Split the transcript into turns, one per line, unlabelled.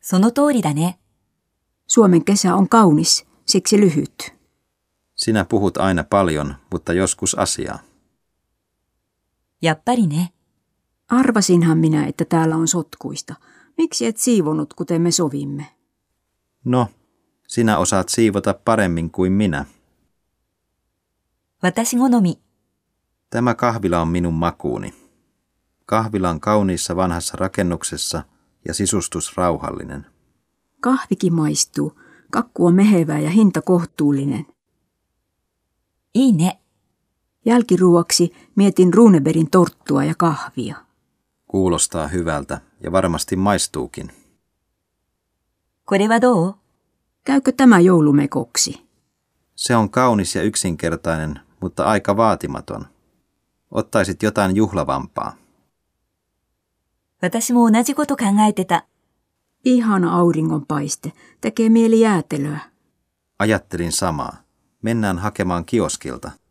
その通りだね。
Suomen kesä on kaunis, siksi lyhyt.
Sinä puhut aina paljon, mutta joskus asiaa.
やっぱりね。
Arvasinhan minä, että täällä on sotkuista. Miksi et siivonut, kuten me sovimme?
No, sinä osaat siivota paremmin kuin minä.
私好み。
Tämä kahvila on minun makuuni. Kahvila on kauniissa vanhassa rakennuksessa ja sisustus rauhallinen.
Kahvikin maistuu. Kakku on mehevää ja hinta kohtuullinen.
いいね。
Jälkiruoksi mietin Runeberin torttua ja kahvia.
Kuulostaa hyvältä ja varmasti maistuukin.
これはどう
Käykö tämä joulumekoksi?
Se on kaunis ja yksinkertainen, mutta aika vaatimaton. Ottaisit jotain juhlavampaa.
私も同じこと考えてた。
Ihana auringonpaiste. Tekee mieli jäätelöä.
Ajattelin samaa. Mennään hakemaan kioskilta.